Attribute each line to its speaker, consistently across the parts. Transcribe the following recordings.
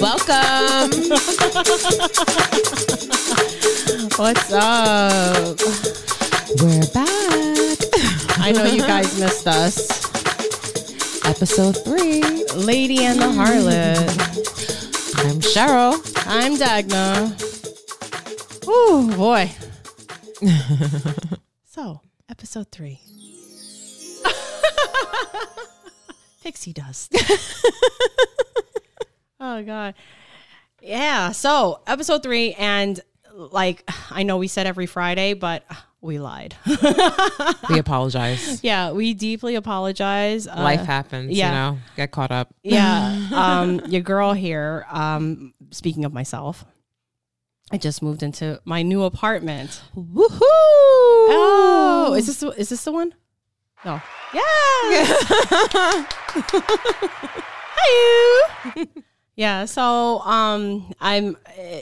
Speaker 1: Welcome. What's up? We're back. I know you guys missed us.
Speaker 2: Episode three.
Speaker 1: Lady and the Harlot.
Speaker 2: I'm Cheryl.
Speaker 1: I'm Dagna. Oh boy. so, episode three. Pixie dust. oh god. Yeah. So, episode three, and like I know we said every Friday, but we lied.
Speaker 2: We apologize.
Speaker 1: yeah, we deeply apologize. Uh,
Speaker 2: Life happens,
Speaker 1: yeah.
Speaker 2: you know, get caught up.
Speaker 1: yeah um your girl here um speaking of myself i just moved into my new apartment
Speaker 2: Woohoo!
Speaker 1: oh is this the- is this the one no yeah yeah so um i'm uh,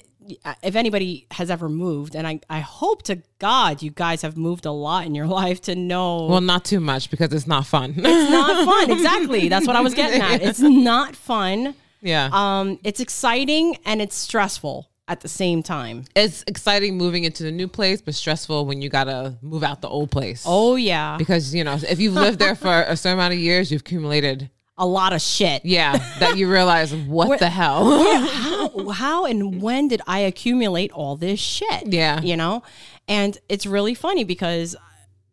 Speaker 1: if anybody has ever moved and i i hope to god you guys have moved a lot in your life to know
Speaker 2: Well, not too much because it's not fun.
Speaker 1: not fun exactly that's what i was getting at it's not fun
Speaker 2: yeah.
Speaker 1: um, it's exciting and it's stressful at the same time.
Speaker 2: it's exciting moving into the new place, but stressful when you gotta move out the old place.
Speaker 1: Oh yeah,
Speaker 2: Because, you know, if you've lived there for a certain amount of years, you've accumulated,
Speaker 1: a lot of shit.
Speaker 2: yeah, that you realize what the hell.
Speaker 1: How, how and when did I accumulate all this shit?
Speaker 2: Yeah.
Speaker 1: you know, and it's really funny because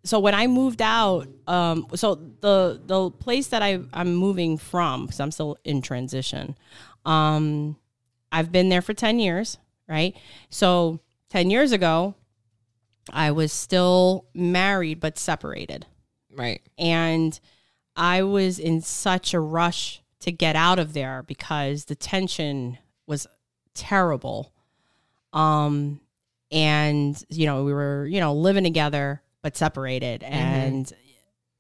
Speaker 1: so when I moved out, um, so the the place that I I'm moving from because I'm still in transition. Um, I've been there for ten years, right? So ten years ago, I was still married but separated.
Speaker 2: right.
Speaker 1: and I was in such a rush to get out of there because the tension was terrible. Um, and you know we were you know living together but separated,
Speaker 2: Mm-hmm.
Speaker 1: and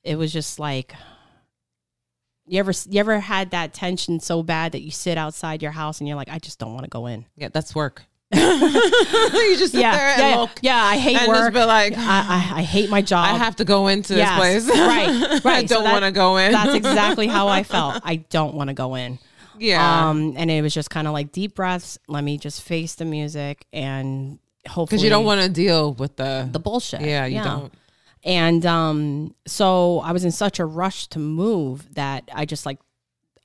Speaker 1: it was just like you ever you ever had that tension so bad that you sit outside your house and you're like I just don't want to go in.
Speaker 2: Yeah, that's work. you just sit there
Speaker 1: Yeah,
Speaker 2: and
Speaker 1: yeah,
Speaker 2: look
Speaker 1: yeah. I hate
Speaker 2: and just
Speaker 1: work.
Speaker 2: be
Speaker 1: I,
Speaker 2: like,
Speaker 1: I I hate my job.
Speaker 2: I have to go into
Speaker 1: Yes,
Speaker 2: this place.
Speaker 1: right, right.
Speaker 2: I
Speaker 1: So
Speaker 2: don't
Speaker 1: that-
Speaker 2: want to go in.
Speaker 1: That's exactly how I felt. I don't want to go in.
Speaker 2: yeah.
Speaker 1: Um, and it was just kind of like deep breaths. Let me just face the music and hopefully
Speaker 2: Because you don't want to deal with the,
Speaker 1: the bullshit.
Speaker 2: yeah, you don't.
Speaker 1: And um, so I was in such a rush to move that I just like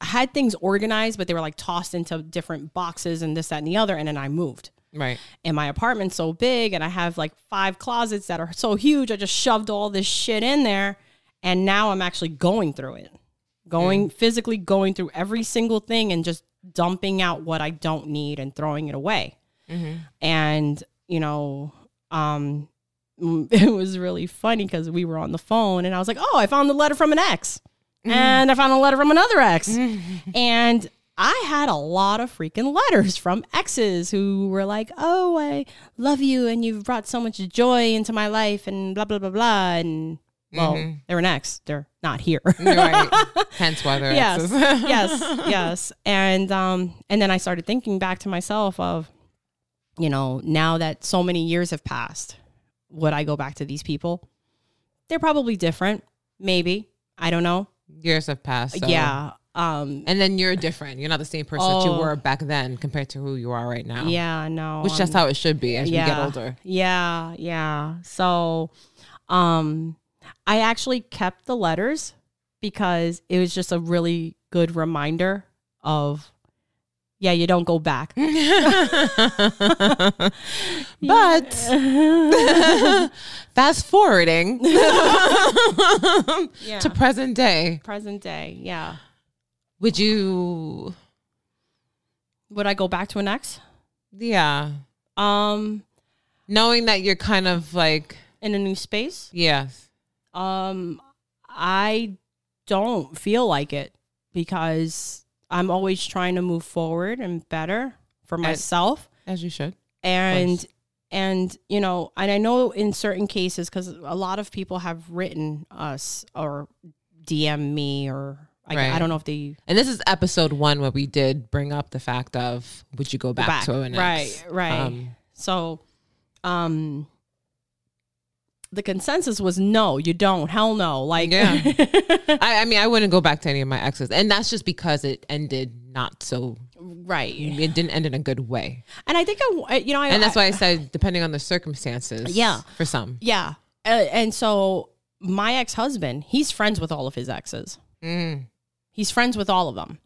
Speaker 1: had things organized, but they were like tossed into different boxes and this, that, and the other. And then I moved.
Speaker 2: Right.
Speaker 1: And my apartment's so big, and I have like five closets that are so huge. I just shoved all this shit in there, and now I'm actually going through it, going physically going through every single thing and just dumping out what I don't need and throwing it away. And you know, um, it was really funny because we were on the phone, and I was like, "Oh, I found the letter from an ex." And I found a letter from another ex. And I had a lot of freaking letters from exes who were like, "Oh, I love you, and you've brought so much joy into my life," and blah blah blah blah. And well, they're an ex; they're not here.
Speaker 2: You're right. Hence why they're
Speaker 1: yes,
Speaker 2: exes.
Speaker 1: yes, yes. And um, and then I started thinking back to myself of, you know, now that so many years have passed, would I go back to these people? They're probably different. Maybe I don't know.
Speaker 2: Years have passed. so-
Speaker 1: Yeah. Um,
Speaker 2: And then you're different. You're not the same person that you
Speaker 1: Oh.
Speaker 2: were back then compared to who you are right now.
Speaker 1: Yeah, no. um,
Speaker 2: Which that's how it should be as we get older.
Speaker 1: Yeah, yeah. So um I actually kept the letters because it was just a really good reminder of yeah, you don't go back.
Speaker 2: But fast forwarding
Speaker 1: yeah.
Speaker 2: to present day,
Speaker 1: present day, yeah.
Speaker 2: would you,
Speaker 1: Would I go back to an ex?
Speaker 2: yeah,
Speaker 1: Um
Speaker 2: knowing that you're kind of like,
Speaker 1: in a new space?
Speaker 2: yes,
Speaker 1: Um, I don't feel like it because I'm always trying to move forward and better for myself.
Speaker 2: as you should.
Speaker 1: And and you know, and I know in certain cases because a lot of people have written us or DM me or I, I
Speaker 2: Right.
Speaker 1: don't know if they
Speaker 2: And this is episode one where we did bring up the fact of would you go back,
Speaker 1: back.
Speaker 2: to an ex?
Speaker 1: Right, right. So, um, the consensus was no, you don't. Hell no. Like,
Speaker 2: Yeah. I, I mean, I wouldn't go back to any of my exes, and that's just because it ended not so
Speaker 1: right.
Speaker 2: It didn't end in a good way,
Speaker 1: And I think I, you know, I,
Speaker 2: and that's why I said depending on the circumstances.
Speaker 1: Yeah.
Speaker 2: for some.
Speaker 1: Yeah. Uh, and so my ex husband, he's friends with all of his exes.
Speaker 2: Mm.
Speaker 1: He's friends with all of them.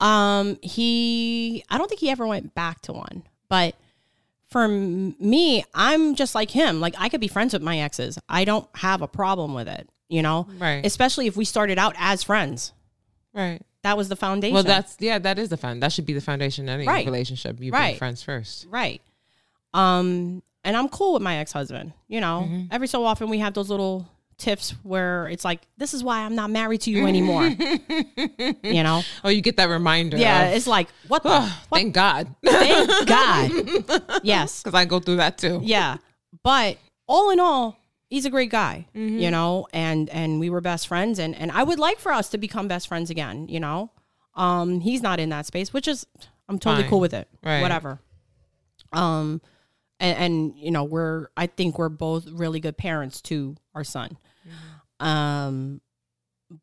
Speaker 1: Um, he, I don't think he ever went back to one, but for m- me, I'm just like him. Like I could be friends with my exes. I don't have a problem with it, you know?
Speaker 2: Right.
Speaker 1: Especially if we started out as friends.
Speaker 2: Right.
Speaker 1: That was the foundation.
Speaker 2: Well, that's yeah. That is the found. That should be the foundation of any
Speaker 1: Right.
Speaker 2: relationship. You
Speaker 1: Right.
Speaker 2: be friends first.
Speaker 1: Right. Um, and I'm cool with my ex husband. You know,
Speaker 2: Mm-hmm.
Speaker 1: every so often we have those little tiffs where it's like, this is why I'm not married to you anymore. you know?
Speaker 2: Oh, you get that reminder.
Speaker 1: Yeah.
Speaker 2: of,
Speaker 1: It's like, what the?
Speaker 2: "Oh, thank God,
Speaker 1: Thank God. Yes.
Speaker 2: because I go through that too.
Speaker 1: Yeah. But all in all, he's a great guy,
Speaker 2: Mm-hmm.
Speaker 1: you know, and and we were best friends and and I would like for us to become best friends again, you know. Um he's not in that space, which is I'm totally
Speaker 2: Fine.
Speaker 1: cool with it.
Speaker 2: Right.
Speaker 1: Whatever. Um and, and you know, we're I think we're both really good parents to our son.
Speaker 2: Mm-hmm.
Speaker 1: Um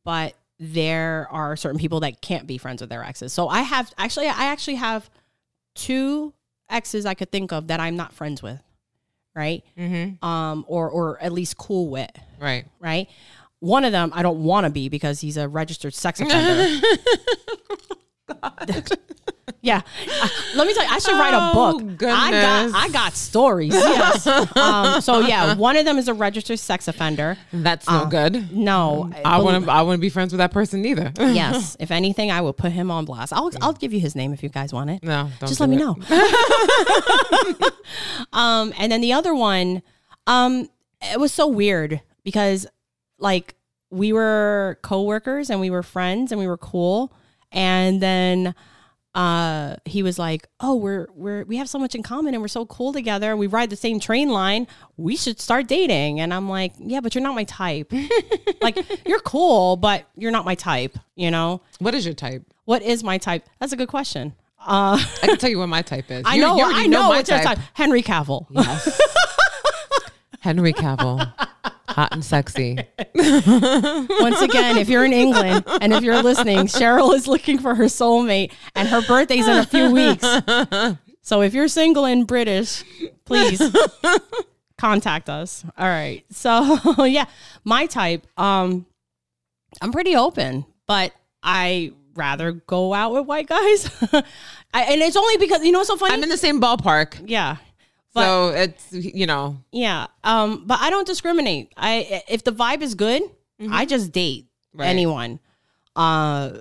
Speaker 1: but there are certain people that can't be friends with their exes. So I have actually I actually have two exes I could think of that I'm not friends with, right?
Speaker 2: Mm-hmm.
Speaker 1: Um, or or at least cool with,
Speaker 2: Right.
Speaker 1: right? One of them I don't want to be because he's a registered sex offender. yeah, Uh, let me tell you, I should write a
Speaker 2: Oh,
Speaker 1: book. I got
Speaker 2: goodness.
Speaker 1: I got stories. Yes. um, so yeah, one of them is a registered sex offender.
Speaker 2: That's
Speaker 1: Uh,
Speaker 2: no good.
Speaker 1: No,
Speaker 2: I
Speaker 1: bel-
Speaker 2: wouldn't. I wouldn't be friends with that person either.
Speaker 1: Yes, if anything, I will put him on blast. I'll I'll give you his name if you guys want it.
Speaker 2: No. Don't
Speaker 1: just
Speaker 2: do
Speaker 1: let me
Speaker 2: it.
Speaker 1: know. um, and then the other one, um, it was so weird because like we were coworkers and we were friends and we were cool, and then uh he was like oh we're we're we have so much in common and we're so cool together we ride the same train line we should start dating and i'm like yeah but you're not my type like you're cool but you're not my type you know
Speaker 2: What is your type?
Speaker 1: what is my type that's a good question uh
Speaker 2: I can tell you what my type is.
Speaker 1: I
Speaker 2: You-
Speaker 1: know,
Speaker 2: you
Speaker 1: I
Speaker 2: already
Speaker 1: know,
Speaker 2: my
Speaker 1: it's your type. Henry Cavill.
Speaker 2: Yes. Henry Cavill, hot and sexy.
Speaker 1: Once again, if you're in England and if you're listening, Cheryl is looking for her soulmate, and her birthday's in a few weeks. So if you're single and British, please contact us. All right. So yeah, my type. Um, I'm pretty open, but I rather go out with white guys, I, and it's only because you know what's so funny.
Speaker 2: I'm in the same ballpark,
Speaker 1: yeah.
Speaker 2: so it's you know
Speaker 1: Yeah. Um, but I don't discriminate. I if the vibe is good, I just date
Speaker 2: Mm-hmm. Right.
Speaker 1: anyone. Uh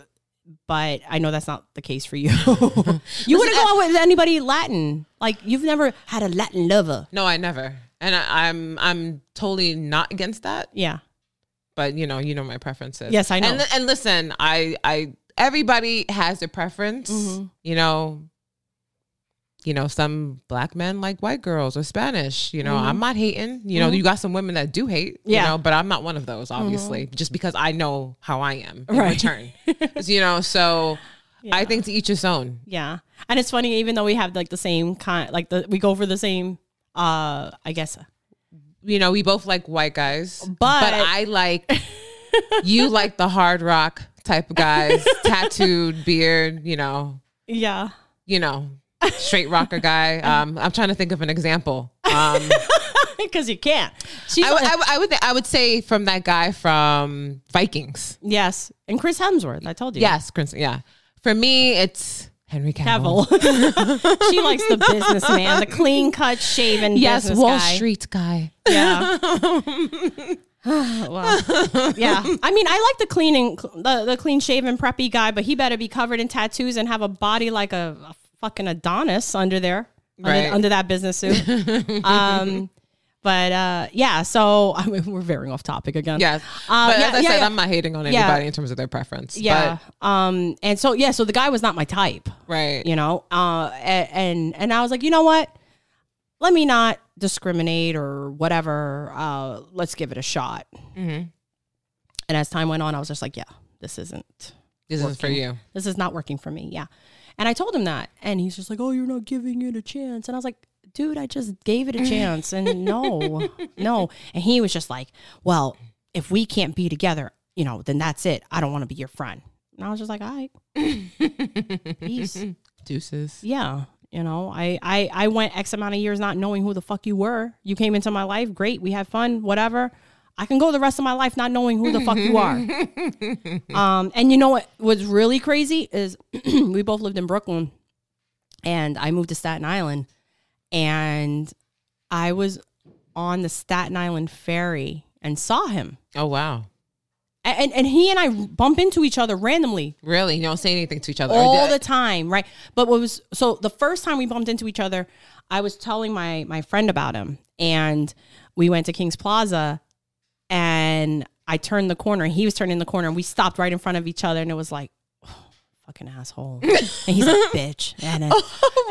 Speaker 1: but I know that's not the case for you. you wouldn't go out with anybody Latin. Like you've never had a Latin lover.
Speaker 2: No, I never. And I, I'm I'm totally not against that.
Speaker 1: Yeah.
Speaker 2: But you know, you know my preferences.
Speaker 1: Yes, I know.
Speaker 2: And, and listen, I I everybody has their preference.
Speaker 1: Mm-hmm.
Speaker 2: You know. You know, some black men like white girls or Spanish. You know, I'm not hating. You know, you got some women that do hate.
Speaker 1: Mm-hmm. Yeah. Mm-hmm.
Speaker 2: You know, but I'm not one of those, obviously, just because I know how I am in
Speaker 1: Right.
Speaker 2: return. you know, so I think to each his own.
Speaker 1: Yeah. And it's funny, even though we have like the same kind like the we go for the same uh I guess
Speaker 2: you know, we both like white guys, but,
Speaker 1: But-
Speaker 2: I like you like the hard rock type of guys, tattooed beard, you know,
Speaker 1: Yeah.
Speaker 2: you know, straight rocker guy. Um, I'm trying to think of an example. Um,
Speaker 1: Cause you can't. She's
Speaker 2: I, would- I, would- I would th- I would say from that guy from Vikings.
Speaker 1: yes. And Chris Hemsworth, I told you.
Speaker 2: Yes, Crimson. Yeah, for me it's Henry
Speaker 1: Devil.
Speaker 2: Cavill.
Speaker 1: she likes the businessman, the clean cut, shaven.
Speaker 2: Yes,
Speaker 1: business
Speaker 2: Wall
Speaker 1: guy.
Speaker 2: Street guy.
Speaker 1: Yeah. Wow. yeah. I mean, I like the clean and cl- the, the clean shaven preppy guy, but he better be covered in tattoos and have a body like a, a fucking Adonis under there, under,
Speaker 2: Right.
Speaker 1: under that business suit. um, but uh, yeah, so I mean, we're veering off topic again.
Speaker 2: Yes,
Speaker 1: Uh,
Speaker 2: but
Speaker 1: yeah,
Speaker 2: as I
Speaker 1: yeah,
Speaker 2: said,
Speaker 1: yeah.
Speaker 2: I'm not hating on
Speaker 1: Yeah.
Speaker 2: anybody in terms of their preference.
Speaker 1: Yeah. um, and so yeah, so the guy was not my type.
Speaker 2: but, right.
Speaker 1: you know uh a- and and i was like you know what let me not discriminate or whatever uh let's give it a shot and as time went on i was just like yeah this isn't
Speaker 2: This is for you.
Speaker 1: this is not working for me yeah and i told him that and he's just like oh you're not giving it a chance and i was like dude i just gave it a chance and no no and he was just like well if we can't be together you know then that's it i don't want to be your friend and i was just like all right peace
Speaker 2: Deuces.
Speaker 1: yeah you know I, I i went x amount of years not knowing who the fuck you were you came into my life great we had fun whatever i can go the rest of my life not knowing who the fuck you are um and you know what was really crazy is we both lived in brooklyn and i moved to staten island and i was on the staten island ferry and saw him
Speaker 2: Oh wow.
Speaker 1: A- and and he and i bump into each other randomly
Speaker 2: Really? You don't say anything to each other.
Speaker 1: all
Speaker 2: Or
Speaker 1: the time, right? But what was so the first time we bumped into each other, I was telling my my friend about him, and we went to King's Plaza, and I turned the corner, and he was turning the corner, and we stopped right in front of each other, and it was like. "Oh, Fucking asshole, and he's like bitch. And then, and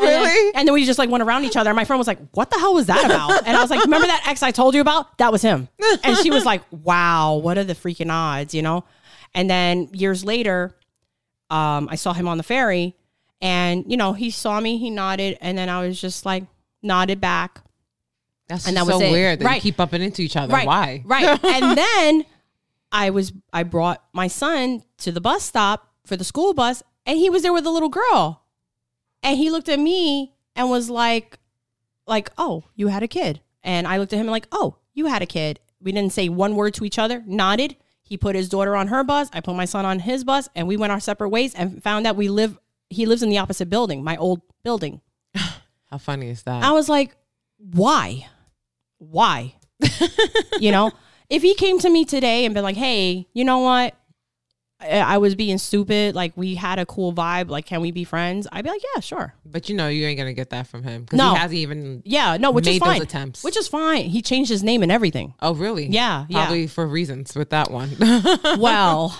Speaker 1: then,
Speaker 2: really?
Speaker 1: and then we just like went around each other. And my friend was like, "What the hell was that about?" And I was like, "Remember that ex I told you about? That was him." And she was like, "Wow, what are the freaking odds?" You know. And then years later, um, I saw him on the ferry, and you know he saw me, he nodded, and then I was just like nodded back.
Speaker 2: That's
Speaker 1: and
Speaker 2: just
Speaker 1: that was
Speaker 2: so
Speaker 1: it.
Speaker 2: weird that you
Speaker 1: Right.
Speaker 2: keep bumping into each other.
Speaker 1: Right.
Speaker 2: Why?
Speaker 1: Right. and then I was I brought my son to the bus stop for the school bus and he was there with a little girl. And he looked at me and was like like, "Oh, you had a kid." And I looked at him like, "Oh, you had a kid." We didn't say one word to each other. Nodded. He put his daughter on her bus, I put my son on his bus, and we went our separate ways and found out we live he lives in the opposite building, my old building.
Speaker 2: How funny is that?
Speaker 1: I was like, why? Why? you know, if he came to me today and been like, hey, you know what? I, I was being stupid. Like, we had a cool vibe. Like, can we be friends? I'd be like, yeah, sure.
Speaker 2: But you know, you ain't gonna get that from him because
Speaker 1: No.
Speaker 2: he hasn't even.
Speaker 1: Yeah, no, which is
Speaker 2: Made those
Speaker 1: fine.
Speaker 2: attempts.
Speaker 1: Which is fine. He changed his name and everything.
Speaker 2: Oh, really?
Speaker 1: Yeah, yeah.
Speaker 2: Probably for reasons with that one.
Speaker 1: well,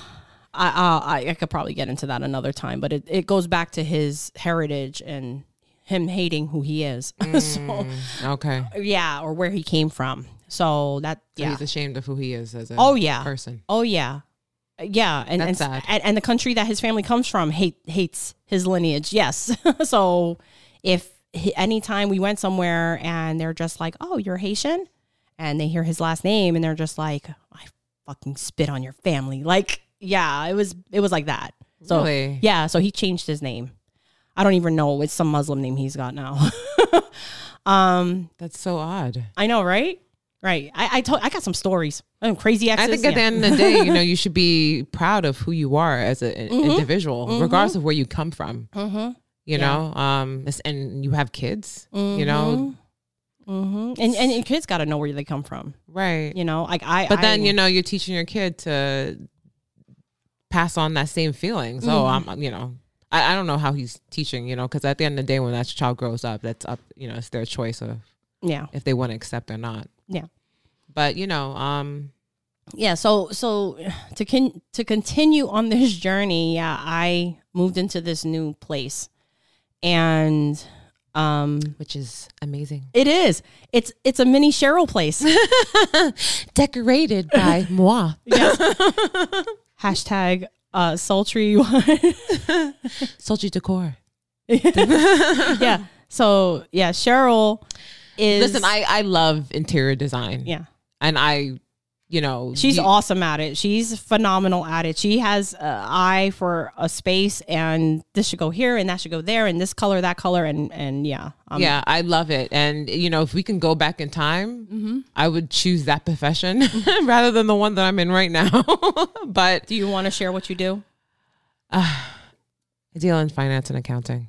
Speaker 1: I, uh, I I could probably get into that another time, but it, it goes back to his heritage and him hating who he is.
Speaker 2: Mm.
Speaker 1: so,
Speaker 2: okay.
Speaker 1: yeah, or where he came from. So that,
Speaker 2: So
Speaker 1: yeah.
Speaker 2: He's ashamed of who he is as a
Speaker 1: Oh, yeah.
Speaker 2: person.
Speaker 1: Oh yeah, Uh, yeah, and and,
Speaker 2: That's sad.
Speaker 1: and and the country that his family comes from hate hates his lineage. Yes, so if he, anytime we went somewhere and they're just like, "Oh, you're Haitian," and they hear his last name and they're just like, "I fucking spit on your family." Like, yeah, it was it was like that. So
Speaker 2: Really?
Speaker 1: yeah, so he changed his name. I don't even know. It's some Muslim name he's got now. um,
Speaker 2: That's so odd.
Speaker 1: I know, right? Right. I I, told, I got some stories. Um, crazy
Speaker 2: I
Speaker 1: exes.
Speaker 2: think at
Speaker 1: yeah.
Speaker 2: the end of the day, you know, you should be proud of who you are as an
Speaker 1: Mm-hmm.
Speaker 2: individual, regardless of where you come from. You know, um, it's- and you have kids. You know,
Speaker 1: Mm-hmm. And, and and kids got to know where they come from.
Speaker 2: right?
Speaker 1: You know, like I.
Speaker 2: But then you know, you're teaching your kid to pass on that same feeling. So
Speaker 1: Mm-hmm.
Speaker 2: I'm, you know, I, I don't know how he's teaching. You know, because at the end of the day, when that child grows up, that's up. You know, it's their choice of
Speaker 1: Yeah.
Speaker 2: if they want to accept or not.
Speaker 1: Yeah.
Speaker 2: But you know, um,
Speaker 1: Yeah. So so to con- to continue on this journey, yeah, I moved into this new place, and um,
Speaker 2: which is amazing.
Speaker 1: it is it's it's a mini Cheryl place.
Speaker 2: Decorated by moi.
Speaker 1: Hashtag uh, sultry.
Speaker 2: Soldier decor.
Speaker 1: yeah. So yeah, Cheryl is.
Speaker 2: Listen, I, I love interior design.
Speaker 1: yeah.
Speaker 2: And I, you know,
Speaker 1: She's
Speaker 2: you-
Speaker 1: awesome at it. She's phenomenal at it. She has an eye for a space, and this should go here, and that should go there, and this color, that color, and and yeah, um,
Speaker 2: yeah, I love it. And, you know, if we can go back in time,
Speaker 1: Mm-hmm.
Speaker 2: I would choose that profession rather than the one that I'm in right now. but
Speaker 1: Do you want to share what you do?
Speaker 2: I deal in finance and accounting.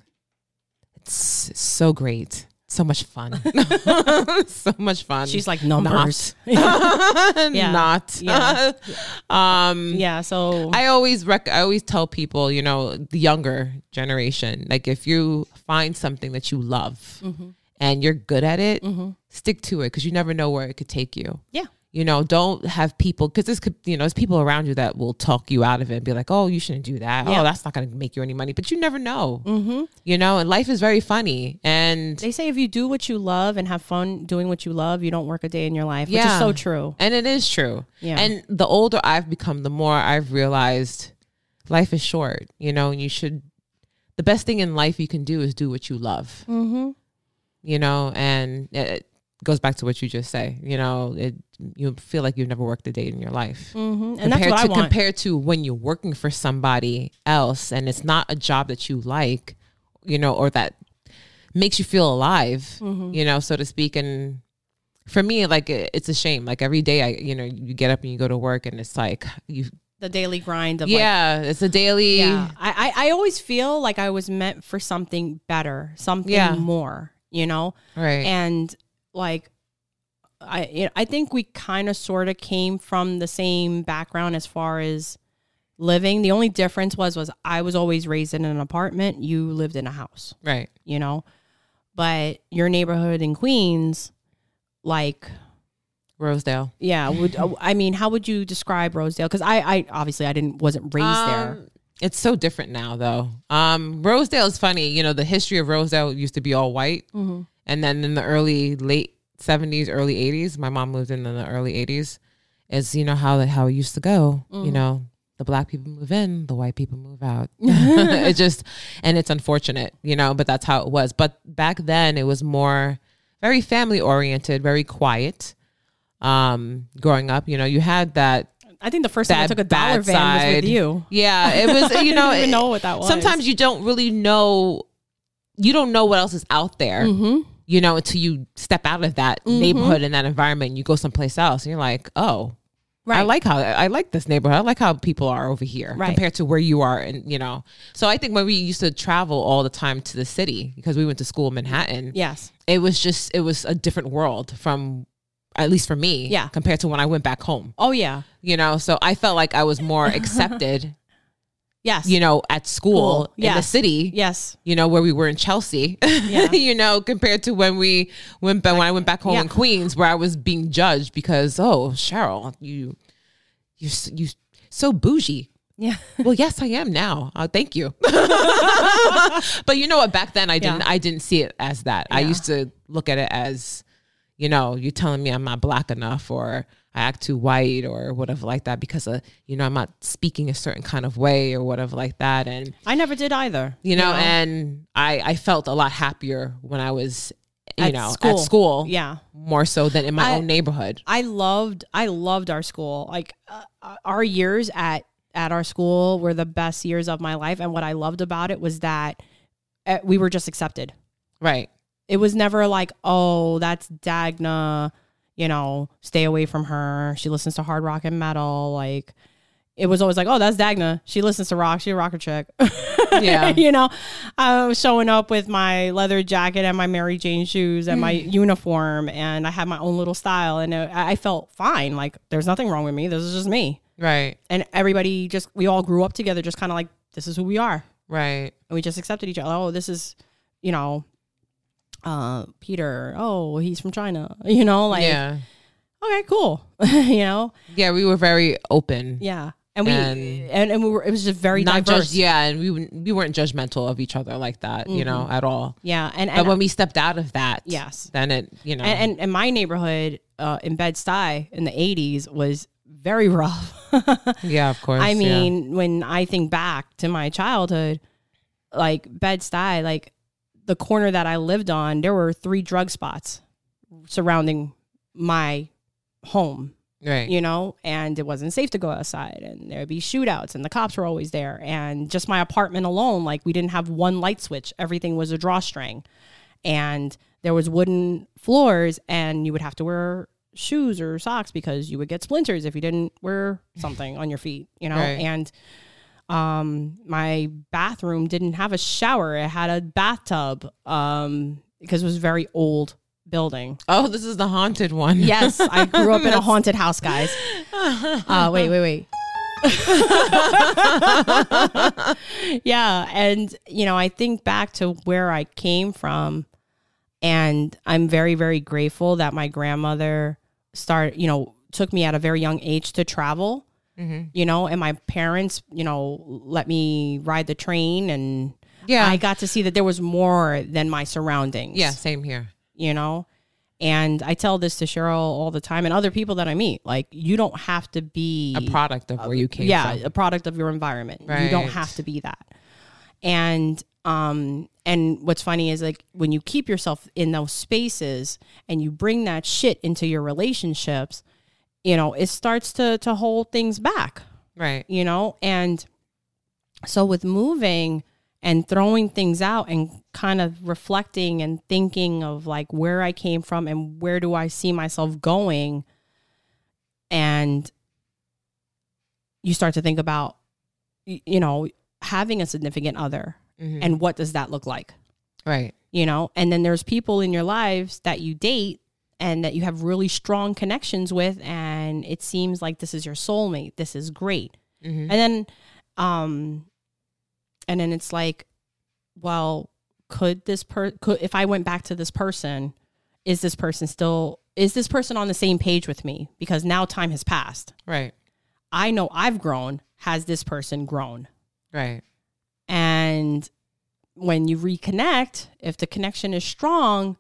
Speaker 2: It's so great. So much fun. so much fun.
Speaker 1: She's like numbers.
Speaker 2: yeah. not.
Speaker 1: Yeah.
Speaker 2: um,
Speaker 1: yeah. So
Speaker 2: I always rec- I always tell people, you know, the younger generation, like if you find something that you love and you're good at it, stick to it because you never know where it could take you.
Speaker 1: yeah,
Speaker 2: You know, don't have people because this could, you know, there's people around you that will talk you out of it and be like, oh, you shouldn't do that.
Speaker 1: Yeah.
Speaker 2: Oh, that's not going to make you any money. But you never know. You know, and life is very funny. And
Speaker 1: they say if you do what you love and have fun doing what you love, you don't work a day in your life, which is
Speaker 2: Yeah.
Speaker 1: so true.
Speaker 2: And it is true.
Speaker 1: Yeah.
Speaker 2: And the older I've become, the more I've realized life is short, you know, and you should, the best thing in life you can do is do what you love,
Speaker 1: Mm-hmm.
Speaker 2: you know, and it, it goes back to what you just say, you know, it, you feel like you've never worked a day in your life.
Speaker 1: Mm-hmm. And that's
Speaker 2: compared
Speaker 1: what I
Speaker 2: to,
Speaker 1: want.
Speaker 2: Compared to when you're working for somebody else and it's not a job that you like, you know, or that makes you feel alive,
Speaker 1: Mm-hmm.
Speaker 2: you know, so to speak. And for me, like it, it's a shame. Like every day, I you know, you get up and you go to work, and it's like you,
Speaker 1: the daily grind of like,
Speaker 2: yeah, it's a daily,
Speaker 1: yeah. I, I I always feel like I was meant for something better, something
Speaker 2: Yeah.
Speaker 1: more, you know.
Speaker 2: right,
Speaker 1: and like i you know, i think we kind of sort of came from the same background as far as living the only difference was was i was always raised in an apartment you lived in a house
Speaker 2: right,
Speaker 1: you know but your neighborhood in queens like
Speaker 2: Rosedale.
Speaker 1: yeah would uh, i mean how would you describe rosedale because i i obviously i didn't wasn't raised there
Speaker 2: Um, It's so different now, though. Um, Rosedale is funny. You know, the history of Rosedale used to be all white, and then in the early late seventies, early eighties, my mom moved in in the early eighties. Is you know how how it used to go. You know, the black people move in, the white people move out. it just and it's unfortunate, you know, but that's how it was. But back then, it was more very family oriented, very quiet. Um, growing up, you know, you had that
Speaker 1: i think the first time i took a dollar
Speaker 2: bad
Speaker 1: van was
Speaker 2: side.
Speaker 1: with you
Speaker 2: Yeah, it was. You know,
Speaker 1: I didn't even
Speaker 2: it-
Speaker 1: know what that was.
Speaker 2: Sometimes you don't really know. You don't know what else is out there.
Speaker 1: Mm-hmm.
Speaker 2: You know, until you step out of that neighborhood and that environment, and you go someplace else, and you're like, oh. I
Speaker 1: Right.
Speaker 2: like how I like this neighborhood. I like how people are over here
Speaker 1: Right.
Speaker 2: compared to where you are, and you know. So I think when we used to travel all the time to the city because we went to school in Manhattan,
Speaker 1: yes
Speaker 2: it was just it was a different world from, at least for me,
Speaker 1: Yeah.
Speaker 2: compared to when I went back home.
Speaker 1: oh yeah
Speaker 2: You know, so I felt like I was more accepted
Speaker 1: yes
Speaker 2: you know, at school
Speaker 1: Cool.
Speaker 2: in the
Speaker 1: Yes.
Speaker 2: city,
Speaker 1: yes
Speaker 2: you know, where we were in Chelsea,
Speaker 1: Yeah.
Speaker 2: you know, compared to when we went back, when I went back home
Speaker 1: Yeah.
Speaker 2: in Queens, where I was being judged because, oh, Cheryl, you, you, s- you s- so bougie.
Speaker 1: yeah
Speaker 2: Well, yes, I am now. Uh, thank you. but you know what? Back then, I didn't.
Speaker 1: Yeah.
Speaker 2: I didn't see it as that. I
Speaker 1: Yeah.
Speaker 2: used to look at it as, you know, you're telling me I'm not black enough, or I act too white, or whatever like that, because uh, you know I'm not speaking a certain kind of way, or whatever like that, and
Speaker 1: I never did either.
Speaker 2: you know, and I I felt a lot happier when I was, you
Speaker 1: At
Speaker 2: know,
Speaker 1: school.
Speaker 2: at school,
Speaker 1: Yeah.
Speaker 2: more so than in my
Speaker 1: I-
Speaker 2: own neighborhood.
Speaker 1: I loved I loved our school. Like uh, uh, our years at at our school were the best years of my life and what I loved about it was that uh, we were just accepted.
Speaker 2: Right.
Speaker 1: It was never like, "Oh, that's Dagna, you know, stay away from her. She listens to hard rock and metal." Like it was always like, "Oh, that's Dagna. She listens to rock. She's a rocker chick."
Speaker 2: Yeah.
Speaker 1: you know, I was showing up with my leather jacket and my Mary Jane shoes and my uniform, and I had my own little style, and uh, I I felt fine. Like there's nothing wrong with me. This is just me,
Speaker 2: Right.
Speaker 1: and everybody just we all grew up together, just kind of like this is who we are,
Speaker 2: Right.
Speaker 1: and we just accepted each other. Oh, this is, you know, uh, Peter. Oh, he's from China. You know, like
Speaker 2: yeah.
Speaker 1: okay, cool. you know,
Speaker 2: Yeah. We were very open.
Speaker 1: yeah, and we
Speaker 2: And-
Speaker 1: and, and, we were. It was just very
Speaker 2: not
Speaker 1: diverse.
Speaker 2: judge, yeah, and we wouldn't- we weren't judgmental of each other like that, you know, at all.
Speaker 1: yeah, and, Mm-hmm. and
Speaker 2: But when we stepped out of that,
Speaker 1: Yes.
Speaker 2: then it, you know,
Speaker 1: and, and, and my neighborhood uh, in Bed Stuy in the 80s was very rough.
Speaker 2: yeah, of course.
Speaker 1: I
Speaker 2: yeah.
Speaker 1: mean, when I think back to my childhood, like Bed Stuy, like the corner that I lived on, there were three drug spots surrounding my home,
Speaker 2: right,
Speaker 1: you know, and it wasn't safe to go outside and there'd be shootouts and the cops were always there. And just my apartment alone, like we didn't have one light switch, everything was a drawstring. and there was wooden floors and you would have to wear shoes or socks because you would get splinters if you didn't wear something on your feet you know
Speaker 2: Right.
Speaker 1: and um my bathroom didn't have a shower it had a bathtub um because it was a very old building
Speaker 2: Oh, this is the haunted one.
Speaker 1: yes i grew up in a haunted house guys uh wait wait wait yeah and you know i think back to where i came from and i'm very very grateful that my grandmother started you know took me at a very young age to travel
Speaker 2: Mm-hmm.
Speaker 1: you know and my parents you know let me ride the train and
Speaker 2: Yeah.
Speaker 1: i got to see that there was more than my surroundings
Speaker 2: yeah, same here.
Speaker 1: you know? And I tell this to Cheryl all the time and other people that I meet. Like, you don't have to be
Speaker 2: A product of where you came
Speaker 1: yeah,
Speaker 2: from.
Speaker 1: a product of your environment. You don't
Speaker 2: Right.
Speaker 1: have to be that. And um and what's funny is like when you keep yourself in those spaces and you bring that shit into your relationships, you know, it starts to to hold things back
Speaker 2: Right,
Speaker 1: you know and so with moving and throwing things out and kind of reflecting and thinking of like where I came from and where do I see myself going. And you start to think about, y- you know, having a significant other
Speaker 2: Mhm.
Speaker 1: and what does that look like?
Speaker 2: right.
Speaker 1: you know and then there's people in your lives that you date and that you have really strong connections with and it seems like this is your soulmate this is great
Speaker 2: Mhm.
Speaker 1: and then um and then it's like well could this per could if i went back to this person is this person still is this person on the same page with me because now time has passed
Speaker 2: Right.
Speaker 1: i know i've grown has this person grown
Speaker 2: Right.
Speaker 1: and when you reconnect, if the connection is strong,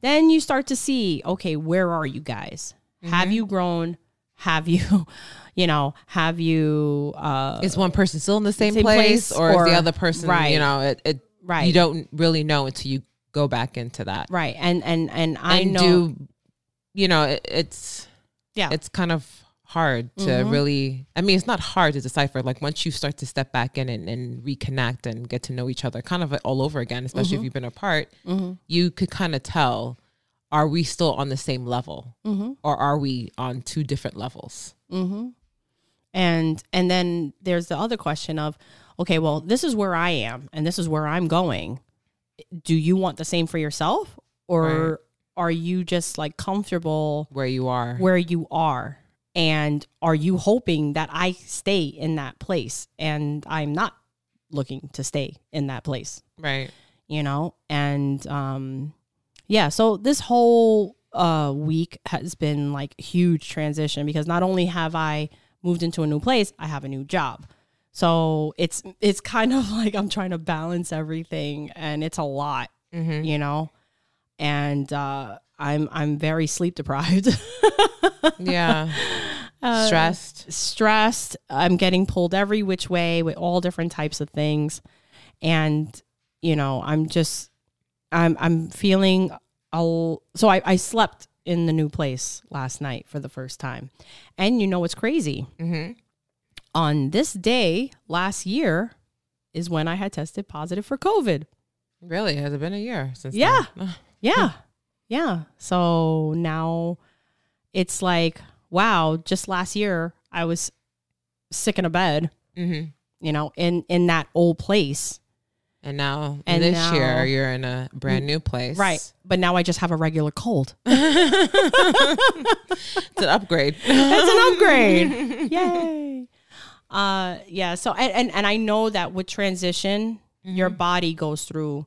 Speaker 1: then you start to see, okay, where are you guys?
Speaker 2: Mm-hmm.
Speaker 1: Have you grown? Have you, you know, have you uh
Speaker 2: Is one person still in the same,
Speaker 1: Same
Speaker 2: place,
Speaker 1: place,
Speaker 2: or, is
Speaker 1: or-
Speaker 2: the other person?
Speaker 1: right.
Speaker 2: You know, it. it
Speaker 1: right.
Speaker 2: You don't really know until you go back into that.
Speaker 1: right. And and and I
Speaker 2: and
Speaker 1: know
Speaker 2: do you know it, it's
Speaker 1: yeah. Mm-hmm.
Speaker 2: it's kind of hard to really i mean it's not hard to decipher like once you start to step back in and, and reconnect and get to know each other kind of uh, all over again especially
Speaker 1: Mm-hmm.
Speaker 2: if you've been apart you could kind of tell are we still on the same level
Speaker 1: Mm-hmm.
Speaker 2: or are we on two different levels
Speaker 1: and and then there's the other question of, okay, well, this is where I am and this is where I'm going. Do you want the same for yourself or are you just like comfortable
Speaker 2: where you are
Speaker 1: where you are and are you hoping that i stay in that place and i'm not looking to stay in that place
Speaker 2: right
Speaker 1: you know and um yeah so this whole uh week has been like huge transition because not only have i moved into a new place i have a new job so it's it's kind of like i'm trying to balance everything and it's a lot
Speaker 2: mm-hmm.
Speaker 1: you know and uh i'm i'm very sleep deprived
Speaker 2: yeah
Speaker 1: Uh,
Speaker 2: stressed
Speaker 1: stressed. I'm getting pulled every which way with all different types of things. And, you know, I'm just, I'm, I'm feeling, a l- so I, I slept in the new place last night for the first time. And you know what's crazy?
Speaker 2: mm-hmm.
Speaker 1: On this day last year is when I had tested positive for COVID.
Speaker 2: really has it been a year since
Speaker 1: Yeah.
Speaker 2: then?
Speaker 1: Yeah. Yeah. So now it's like, wow, just last year I was sick in a bed.
Speaker 2: Mhm.
Speaker 1: you know, in in that old place.
Speaker 2: and now
Speaker 1: And
Speaker 2: this
Speaker 1: now- Mm.
Speaker 2: year you're in a brand new place
Speaker 1: But now I just have a regular cold.
Speaker 2: it's an upgrade
Speaker 1: That's an upgrade. Yay. Uh yeah, so and, and and I know that with transition, your body goes through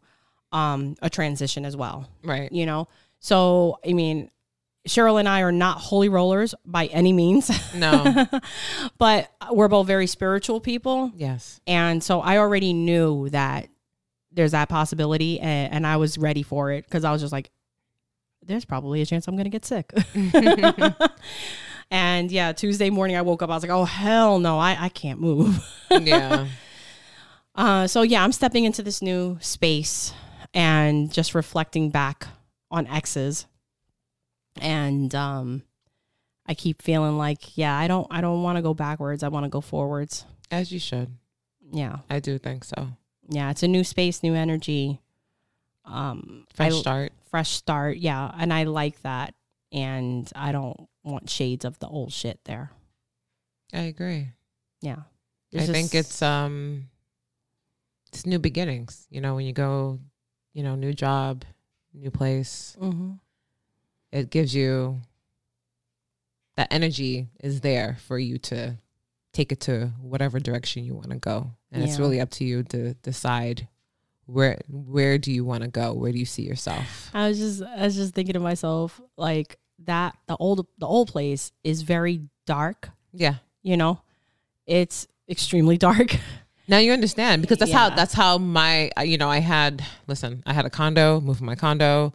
Speaker 1: um a transition as well,
Speaker 2: right
Speaker 1: you know. So, I mean, Cheryl and I are not holy rollers by any means,
Speaker 2: no
Speaker 1: but we're both very spiritual people.
Speaker 2: yes
Speaker 1: And so I already knew that there's that possibility and, and I was ready for it because I was just like, there's probably a chance I'm going to get sick. and yeah, Tuesday morning I woke up, I was like, oh, hell no, I, I can't move.
Speaker 2: yeah
Speaker 1: Uh, so yeah, I'm stepping into this new space and just reflecting back on exes. And um, I keep feeling like, yeah, I don't, I don't want to go backwards. I want to go forwards.
Speaker 2: as you should
Speaker 1: Yeah.
Speaker 2: i do think so
Speaker 1: yeah, it's a new space, new energy. Um,
Speaker 2: fresh
Speaker 1: I-
Speaker 2: start
Speaker 1: fresh start. Yeah, and I like that. And I don't want shades of the old shit there.
Speaker 2: i agree
Speaker 1: Yeah,
Speaker 2: i
Speaker 1: There's
Speaker 2: think
Speaker 1: just-
Speaker 2: it's um it's new beginnings you know when you go you know new job new place
Speaker 1: Mhm.
Speaker 2: it gives you that energy is there for you to take it to whatever direction you want to go and it's
Speaker 1: Yeah.
Speaker 2: really up to you to decide where where do you want to go where do you see yourself
Speaker 1: I was just I was just thinking to myself like that the old the old place is very dark.
Speaker 2: yeah
Speaker 1: You know, it's extremely dark.
Speaker 2: Now you understand because that's how
Speaker 1: Yeah.
Speaker 2: that's how my uh, you know I had listen I had a condo moved from my condo,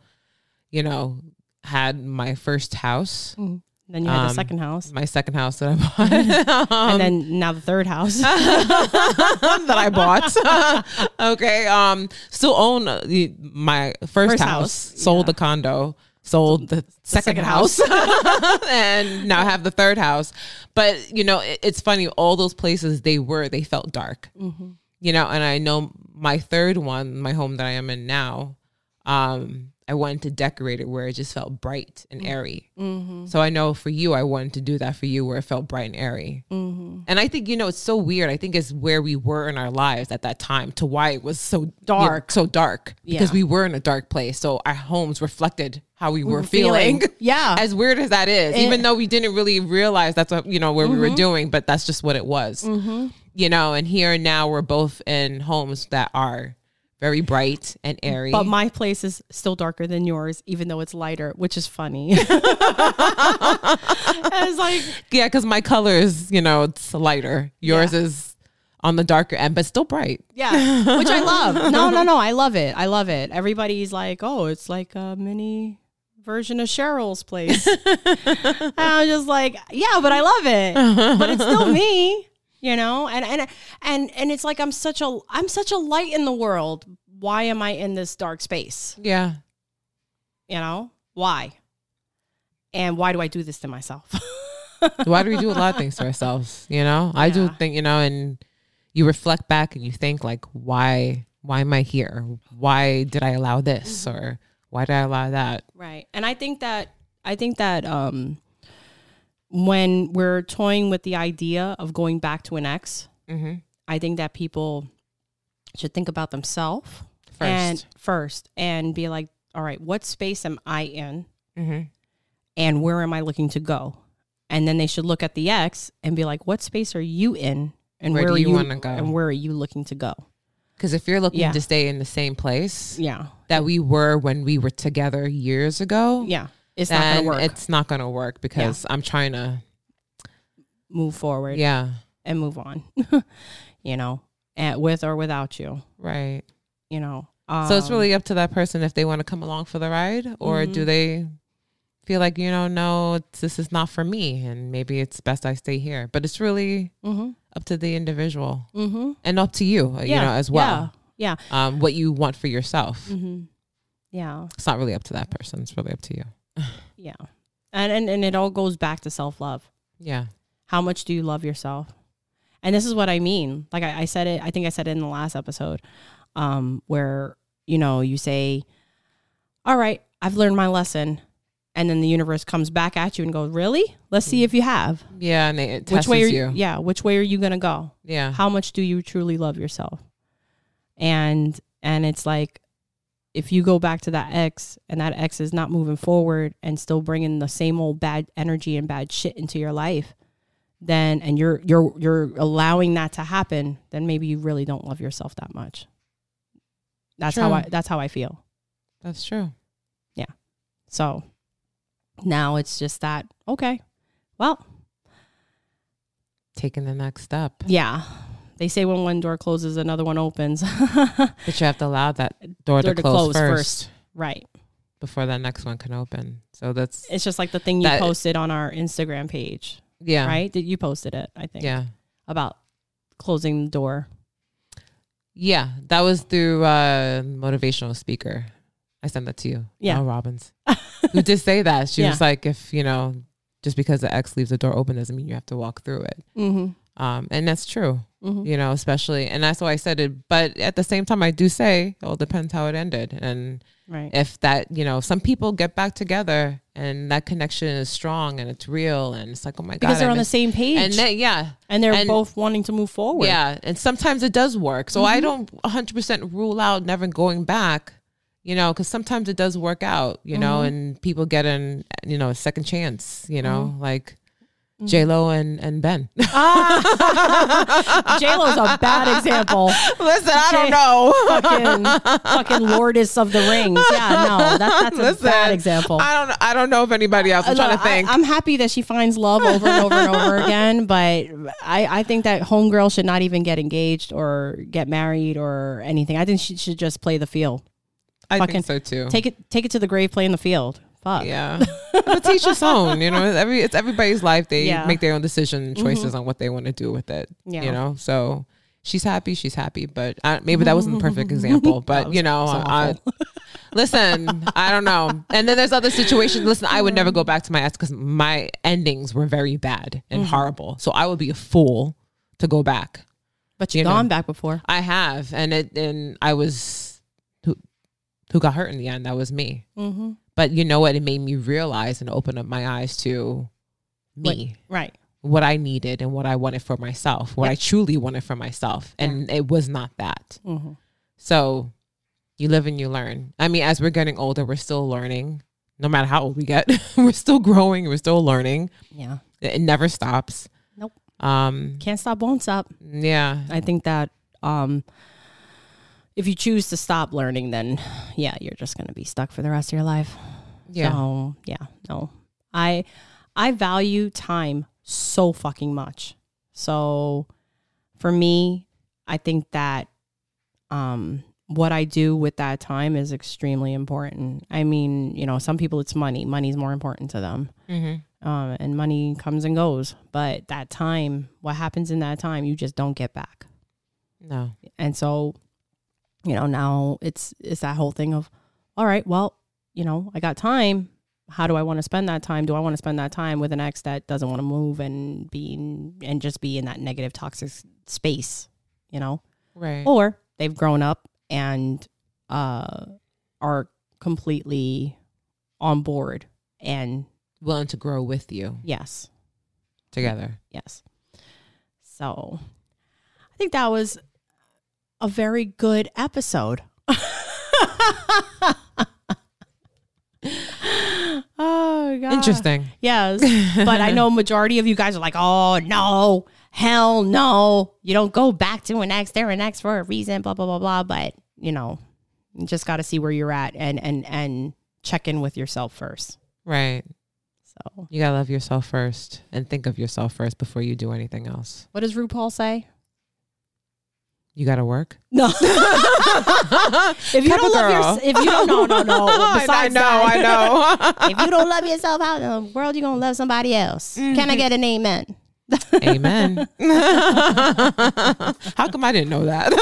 Speaker 2: you know had my first house
Speaker 1: then you had the
Speaker 2: Um,
Speaker 1: second house,
Speaker 2: my second house that I bought
Speaker 1: and then now the third house.
Speaker 2: that I bought okay um still own uh, the- my first,
Speaker 1: First
Speaker 2: house,
Speaker 1: house,
Speaker 2: sold
Speaker 1: yeah.
Speaker 2: the condo sold the, second,
Speaker 1: second
Speaker 2: house, and now I have the third house but you know it, it's funny all those places they were they felt dark. you know, and I know my third one, my home that I am in now, um, I wanted to decorate it where it just felt bright and airy.
Speaker 1: Mm. Mm-hmm.
Speaker 2: So I know for you, I wanted to do that for you where it felt bright and airy.
Speaker 1: Mm-hmm.
Speaker 2: And I think, you know, it's so weird. I think it's where we were in our lives at that time to why it was so
Speaker 1: Dark.
Speaker 2: so dark because
Speaker 1: Yeah.
Speaker 2: we were in a dark place. So our homes reflected how we,
Speaker 1: Mm-hmm.
Speaker 2: were feeling.
Speaker 1: Yeah.
Speaker 2: as weird as that is,
Speaker 1: It-
Speaker 2: even though we didn't really realize that's what, you know, where we were doing, but that's just what it was,
Speaker 1: mm-hmm.
Speaker 2: you know, and here and now we're both in homes that are very bright and airy.
Speaker 1: But my place is still darker than yours, even though it's lighter, which is funny. it's like,
Speaker 2: yeah. Cause my color is, you know, it's lighter. Yours
Speaker 1: Yeah.
Speaker 2: is on the darker end, but still bright.
Speaker 1: yeah, which I love. No, no, no, I love it. I love it. Everybody's like, oh, it's like a mini version of Cheryl's place. and I'm just like, yeah, but I love it. But it's still me, you know. And and and and it's like I'm such a I'm such a light in the world. Why am I in this dark space?
Speaker 2: Yeah.
Speaker 1: You know why? And why do I do this to myself?
Speaker 2: why do we do a lot of things to ourselves you know i do
Speaker 1: Yeah.
Speaker 2: think you know and you reflect back and you think like why why am i here why did i allow
Speaker 1: Mm-hmm.
Speaker 2: this or why did i allow that
Speaker 1: Right. And I think that I think that um when we're toying with the idea of going back to an ex,
Speaker 2: mm-hmm.
Speaker 1: I think that people should think about themselves
Speaker 2: first
Speaker 1: and first and be like, all right, what space am I in
Speaker 2: mm-hmm.
Speaker 1: and where am I looking to go? And then they should look at the ex and be like, what space are you in and
Speaker 2: Where
Speaker 1: where,
Speaker 2: do
Speaker 1: are
Speaker 2: you
Speaker 1: you
Speaker 2: wanna go?
Speaker 1: and where are you looking to go?
Speaker 2: because if you're looking
Speaker 1: Yeah.
Speaker 2: to stay in the same place
Speaker 1: Yeah.
Speaker 2: that we were when we were together years ago
Speaker 1: Yeah. It's not going
Speaker 2: then
Speaker 1: to work.
Speaker 2: it's not gonna work because i'm trying to
Speaker 1: move forward
Speaker 2: yeah
Speaker 1: and move on, you know, and with or without you.
Speaker 2: right
Speaker 1: you know. Um, Mm-hmm.
Speaker 2: so it's really up to that person if they want to come along for the ride or do they feel like you know no it's, this is not for me and maybe it's best i stay here but it's really
Speaker 1: mm-hmm,
Speaker 2: up to the individual
Speaker 1: mm-hmm,
Speaker 2: and up to you uh, you know as well Mm-hmm.
Speaker 1: Yeah,
Speaker 2: um, what you want for yourself
Speaker 1: yeah, hmm yeah,
Speaker 2: it's not really up to that person it's really up to you
Speaker 1: yeah, and, and and it all goes back to self love.
Speaker 2: yeah
Speaker 1: How much do you love yourself? And this is what I mean. Like I, I said it. I think I said it in the last episode, um, where you know you say, "All right, I've learned my lesson," and then the universe comes back at you and goes, "Really? Let's see if you have."
Speaker 2: yeah and they, it
Speaker 1: Which
Speaker 2: Mm. tests
Speaker 1: way are
Speaker 2: you
Speaker 1: Yeah, which way are you gonna go?
Speaker 2: yeah
Speaker 1: how much do you truly love yourself and and it's like if you go back to that ex and that ex is not moving forward and still bringing the same old bad energy and bad shit into your life then and you're you're you're allowing that to happen then maybe you really don't love yourself that much that's how
Speaker 2: True.
Speaker 1: i that's how i feel
Speaker 2: that's true
Speaker 1: so now it's just that okay well
Speaker 2: taking the next step
Speaker 1: yeah they say when one door closes another one opens
Speaker 2: but you have to allow that door, to, close, first,
Speaker 1: right
Speaker 2: before that next one can open so that's
Speaker 1: It's just like the thing you
Speaker 2: That-
Speaker 1: posted on our Instagram page,
Speaker 2: yeah
Speaker 1: right? Did you posted it? I think.
Speaker 2: yeah
Speaker 1: About closing the door.
Speaker 2: Yeah, that was through uh motivational speaker. I sent that to you.
Speaker 1: Yeah.
Speaker 2: Mel Robbins. who did say that. She
Speaker 1: Yeah.
Speaker 2: was like, if you know, just because the ex leaves the door open doesn't mean you have to walk through it.
Speaker 1: Mm-hmm.
Speaker 2: Um, and that's true,
Speaker 1: Mm-hmm.
Speaker 2: you know, especially and that's why I said it. But at the same time I do say it all depends how it ended. And
Speaker 1: Right.
Speaker 2: if that, you know, some people get back together and that connection is strong and it's real and it's like, oh my
Speaker 1: because
Speaker 2: god.
Speaker 1: they're
Speaker 2: I
Speaker 1: on the
Speaker 2: miss-
Speaker 1: same page
Speaker 2: and
Speaker 1: and,
Speaker 2: then yeah,
Speaker 1: they're
Speaker 2: and-
Speaker 1: both wanting to move forward.
Speaker 2: yeah, and sometimes it does work. So
Speaker 1: Mm-hmm.
Speaker 2: I don't 100% rule out never going back, you know, because sometimes it does work out, you know,
Speaker 1: Mm-hmm.
Speaker 2: and people get an, you know, a second chance, you know,
Speaker 1: Mm-hmm.
Speaker 2: like J Lo and, and Ben. Listen,
Speaker 1: JLo's a bad example.
Speaker 2: I
Speaker 1: J-
Speaker 2: don't know.
Speaker 1: fucking, fucking Lordess of the Rings. Yeah, no, that, that's a
Speaker 2: Listen,
Speaker 1: bad example. Uh,
Speaker 2: I don't. I don't know if anybody else. I'm trying to
Speaker 1: Look, I-
Speaker 2: think.
Speaker 1: I'm happy that she finds love over and over and over again, but I, I think that homegirl should not even get engaged or get married or anything. I think she should just play the field.
Speaker 2: I,
Speaker 1: fucking-
Speaker 2: think so too.
Speaker 1: Take it take it to the grave, play in the field. Fuck.
Speaker 2: yeah, but teach his own. You know, it's every it's everybody's life. They
Speaker 1: Yeah. Mm-hmm.
Speaker 2: make their own decision and choices on what they want to do with it.
Speaker 1: Yeah.
Speaker 2: You know, so she's happy. She's happy, but I, maybe that wasn't the perfect example. But you know, I, listen, I don't know. And then there's other situations. Listen, I would never go back to my ex because
Speaker 1: Mm-hmm.
Speaker 2: my endings were very bad and horrible. So I would be a fool to go back.
Speaker 1: But you've
Speaker 2: You know.
Speaker 1: gone back before.
Speaker 2: I have, and it and I was who who got hurt in the end. That was me.
Speaker 1: Mm-hmm.
Speaker 2: But you know what? It made me realize and open up my eyes to me,
Speaker 1: Right.
Speaker 2: what, I needed and what I wanted for myself, what I truly wanted for myself, and it was not that.
Speaker 1: Mm-hmm.
Speaker 2: So you live and you learn. I mean, as we're getting older, we're still learning. No matter how old we get, we're still growing. We're still learning.
Speaker 1: Yeah.
Speaker 2: It it never stops.
Speaker 1: Nope.
Speaker 2: Um.
Speaker 1: Can't stop, won't stop.
Speaker 2: Yeah.
Speaker 1: I think that um, if you choose to stop learning, then yeah, you're just going to be stuck for the rest of your life.
Speaker 2: Yeah.
Speaker 1: So, yeah, no. I I value time so fucking much. So for me, I think that um what I do with that time is extremely important. I mean, you know, some people it's money. Money's more important to them.
Speaker 2: Mhm.
Speaker 1: Um, and money comes and goes, but that time, what happens in that time, you just don't get back.
Speaker 2: No.
Speaker 1: And so, you know, now it's it's that whole thing of, all right, well, you know, I got time. How do I want to spend that time? Do I want to spend that time with an ex that doesn't want to move and be in, and just be in that negative toxic s- space, you know?
Speaker 2: Right.
Speaker 1: Or they've grown up and uh are completely on board and
Speaker 2: willing to grow with you
Speaker 1: yes,
Speaker 2: together.
Speaker 1: Yes. So I think that was a very good episode. oh god.
Speaker 2: Interesting.
Speaker 1: Yes. But I know majority of you guys are like, "Oh, no. Hell no. You don't go back to an ex. They're an ex for a reason, blah blah blah blah." But, you know, you just got to see where you're at and and and check in with yourself first.
Speaker 2: Right.
Speaker 1: So,
Speaker 2: You got to love yourself first and think of yourself first before you do anything else.
Speaker 1: what does RuPaul say?
Speaker 2: You got to work.
Speaker 1: No. If you
Speaker 2: Type
Speaker 1: don't
Speaker 2: of
Speaker 1: love
Speaker 2: girl.
Speaker 1: yourself, if you don't, no, no, no.
Speaker 2: I
Speaker 1: Besides
Speaker 2: know,
Speaker 1: that,
Speaker 2: I
Speaker 1: if you don't love yourself out in the world, you're gonna love somebody else. Can
Speaker 2: Mm-hmm.
Speaker 1: I get an amen?
Speaker 2: know. Amen. How come I didn't know that?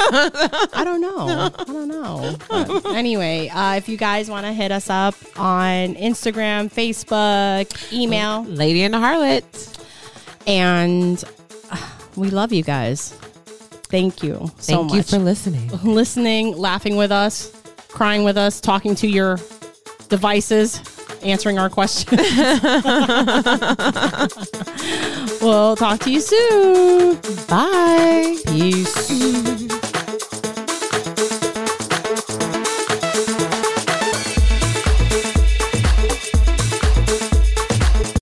Speaker 1: I don't know. I don't know. But anyway, uh, if you guys want to hit us up on Instagram, Facebook, email,
Speaker 2: Lady and the Harlot.
Speaker 1: and uh, we love you guys. Thank you so
Speaker 2: Thank you
Speaker 1: much
Speaker 2: for listening.
Speaker 1: listening, laughing with us, crying with us, talking to your devices, answering our questions. we'll talk to you soon.
Speaker 2: Bye.
Speaker 1: Peace.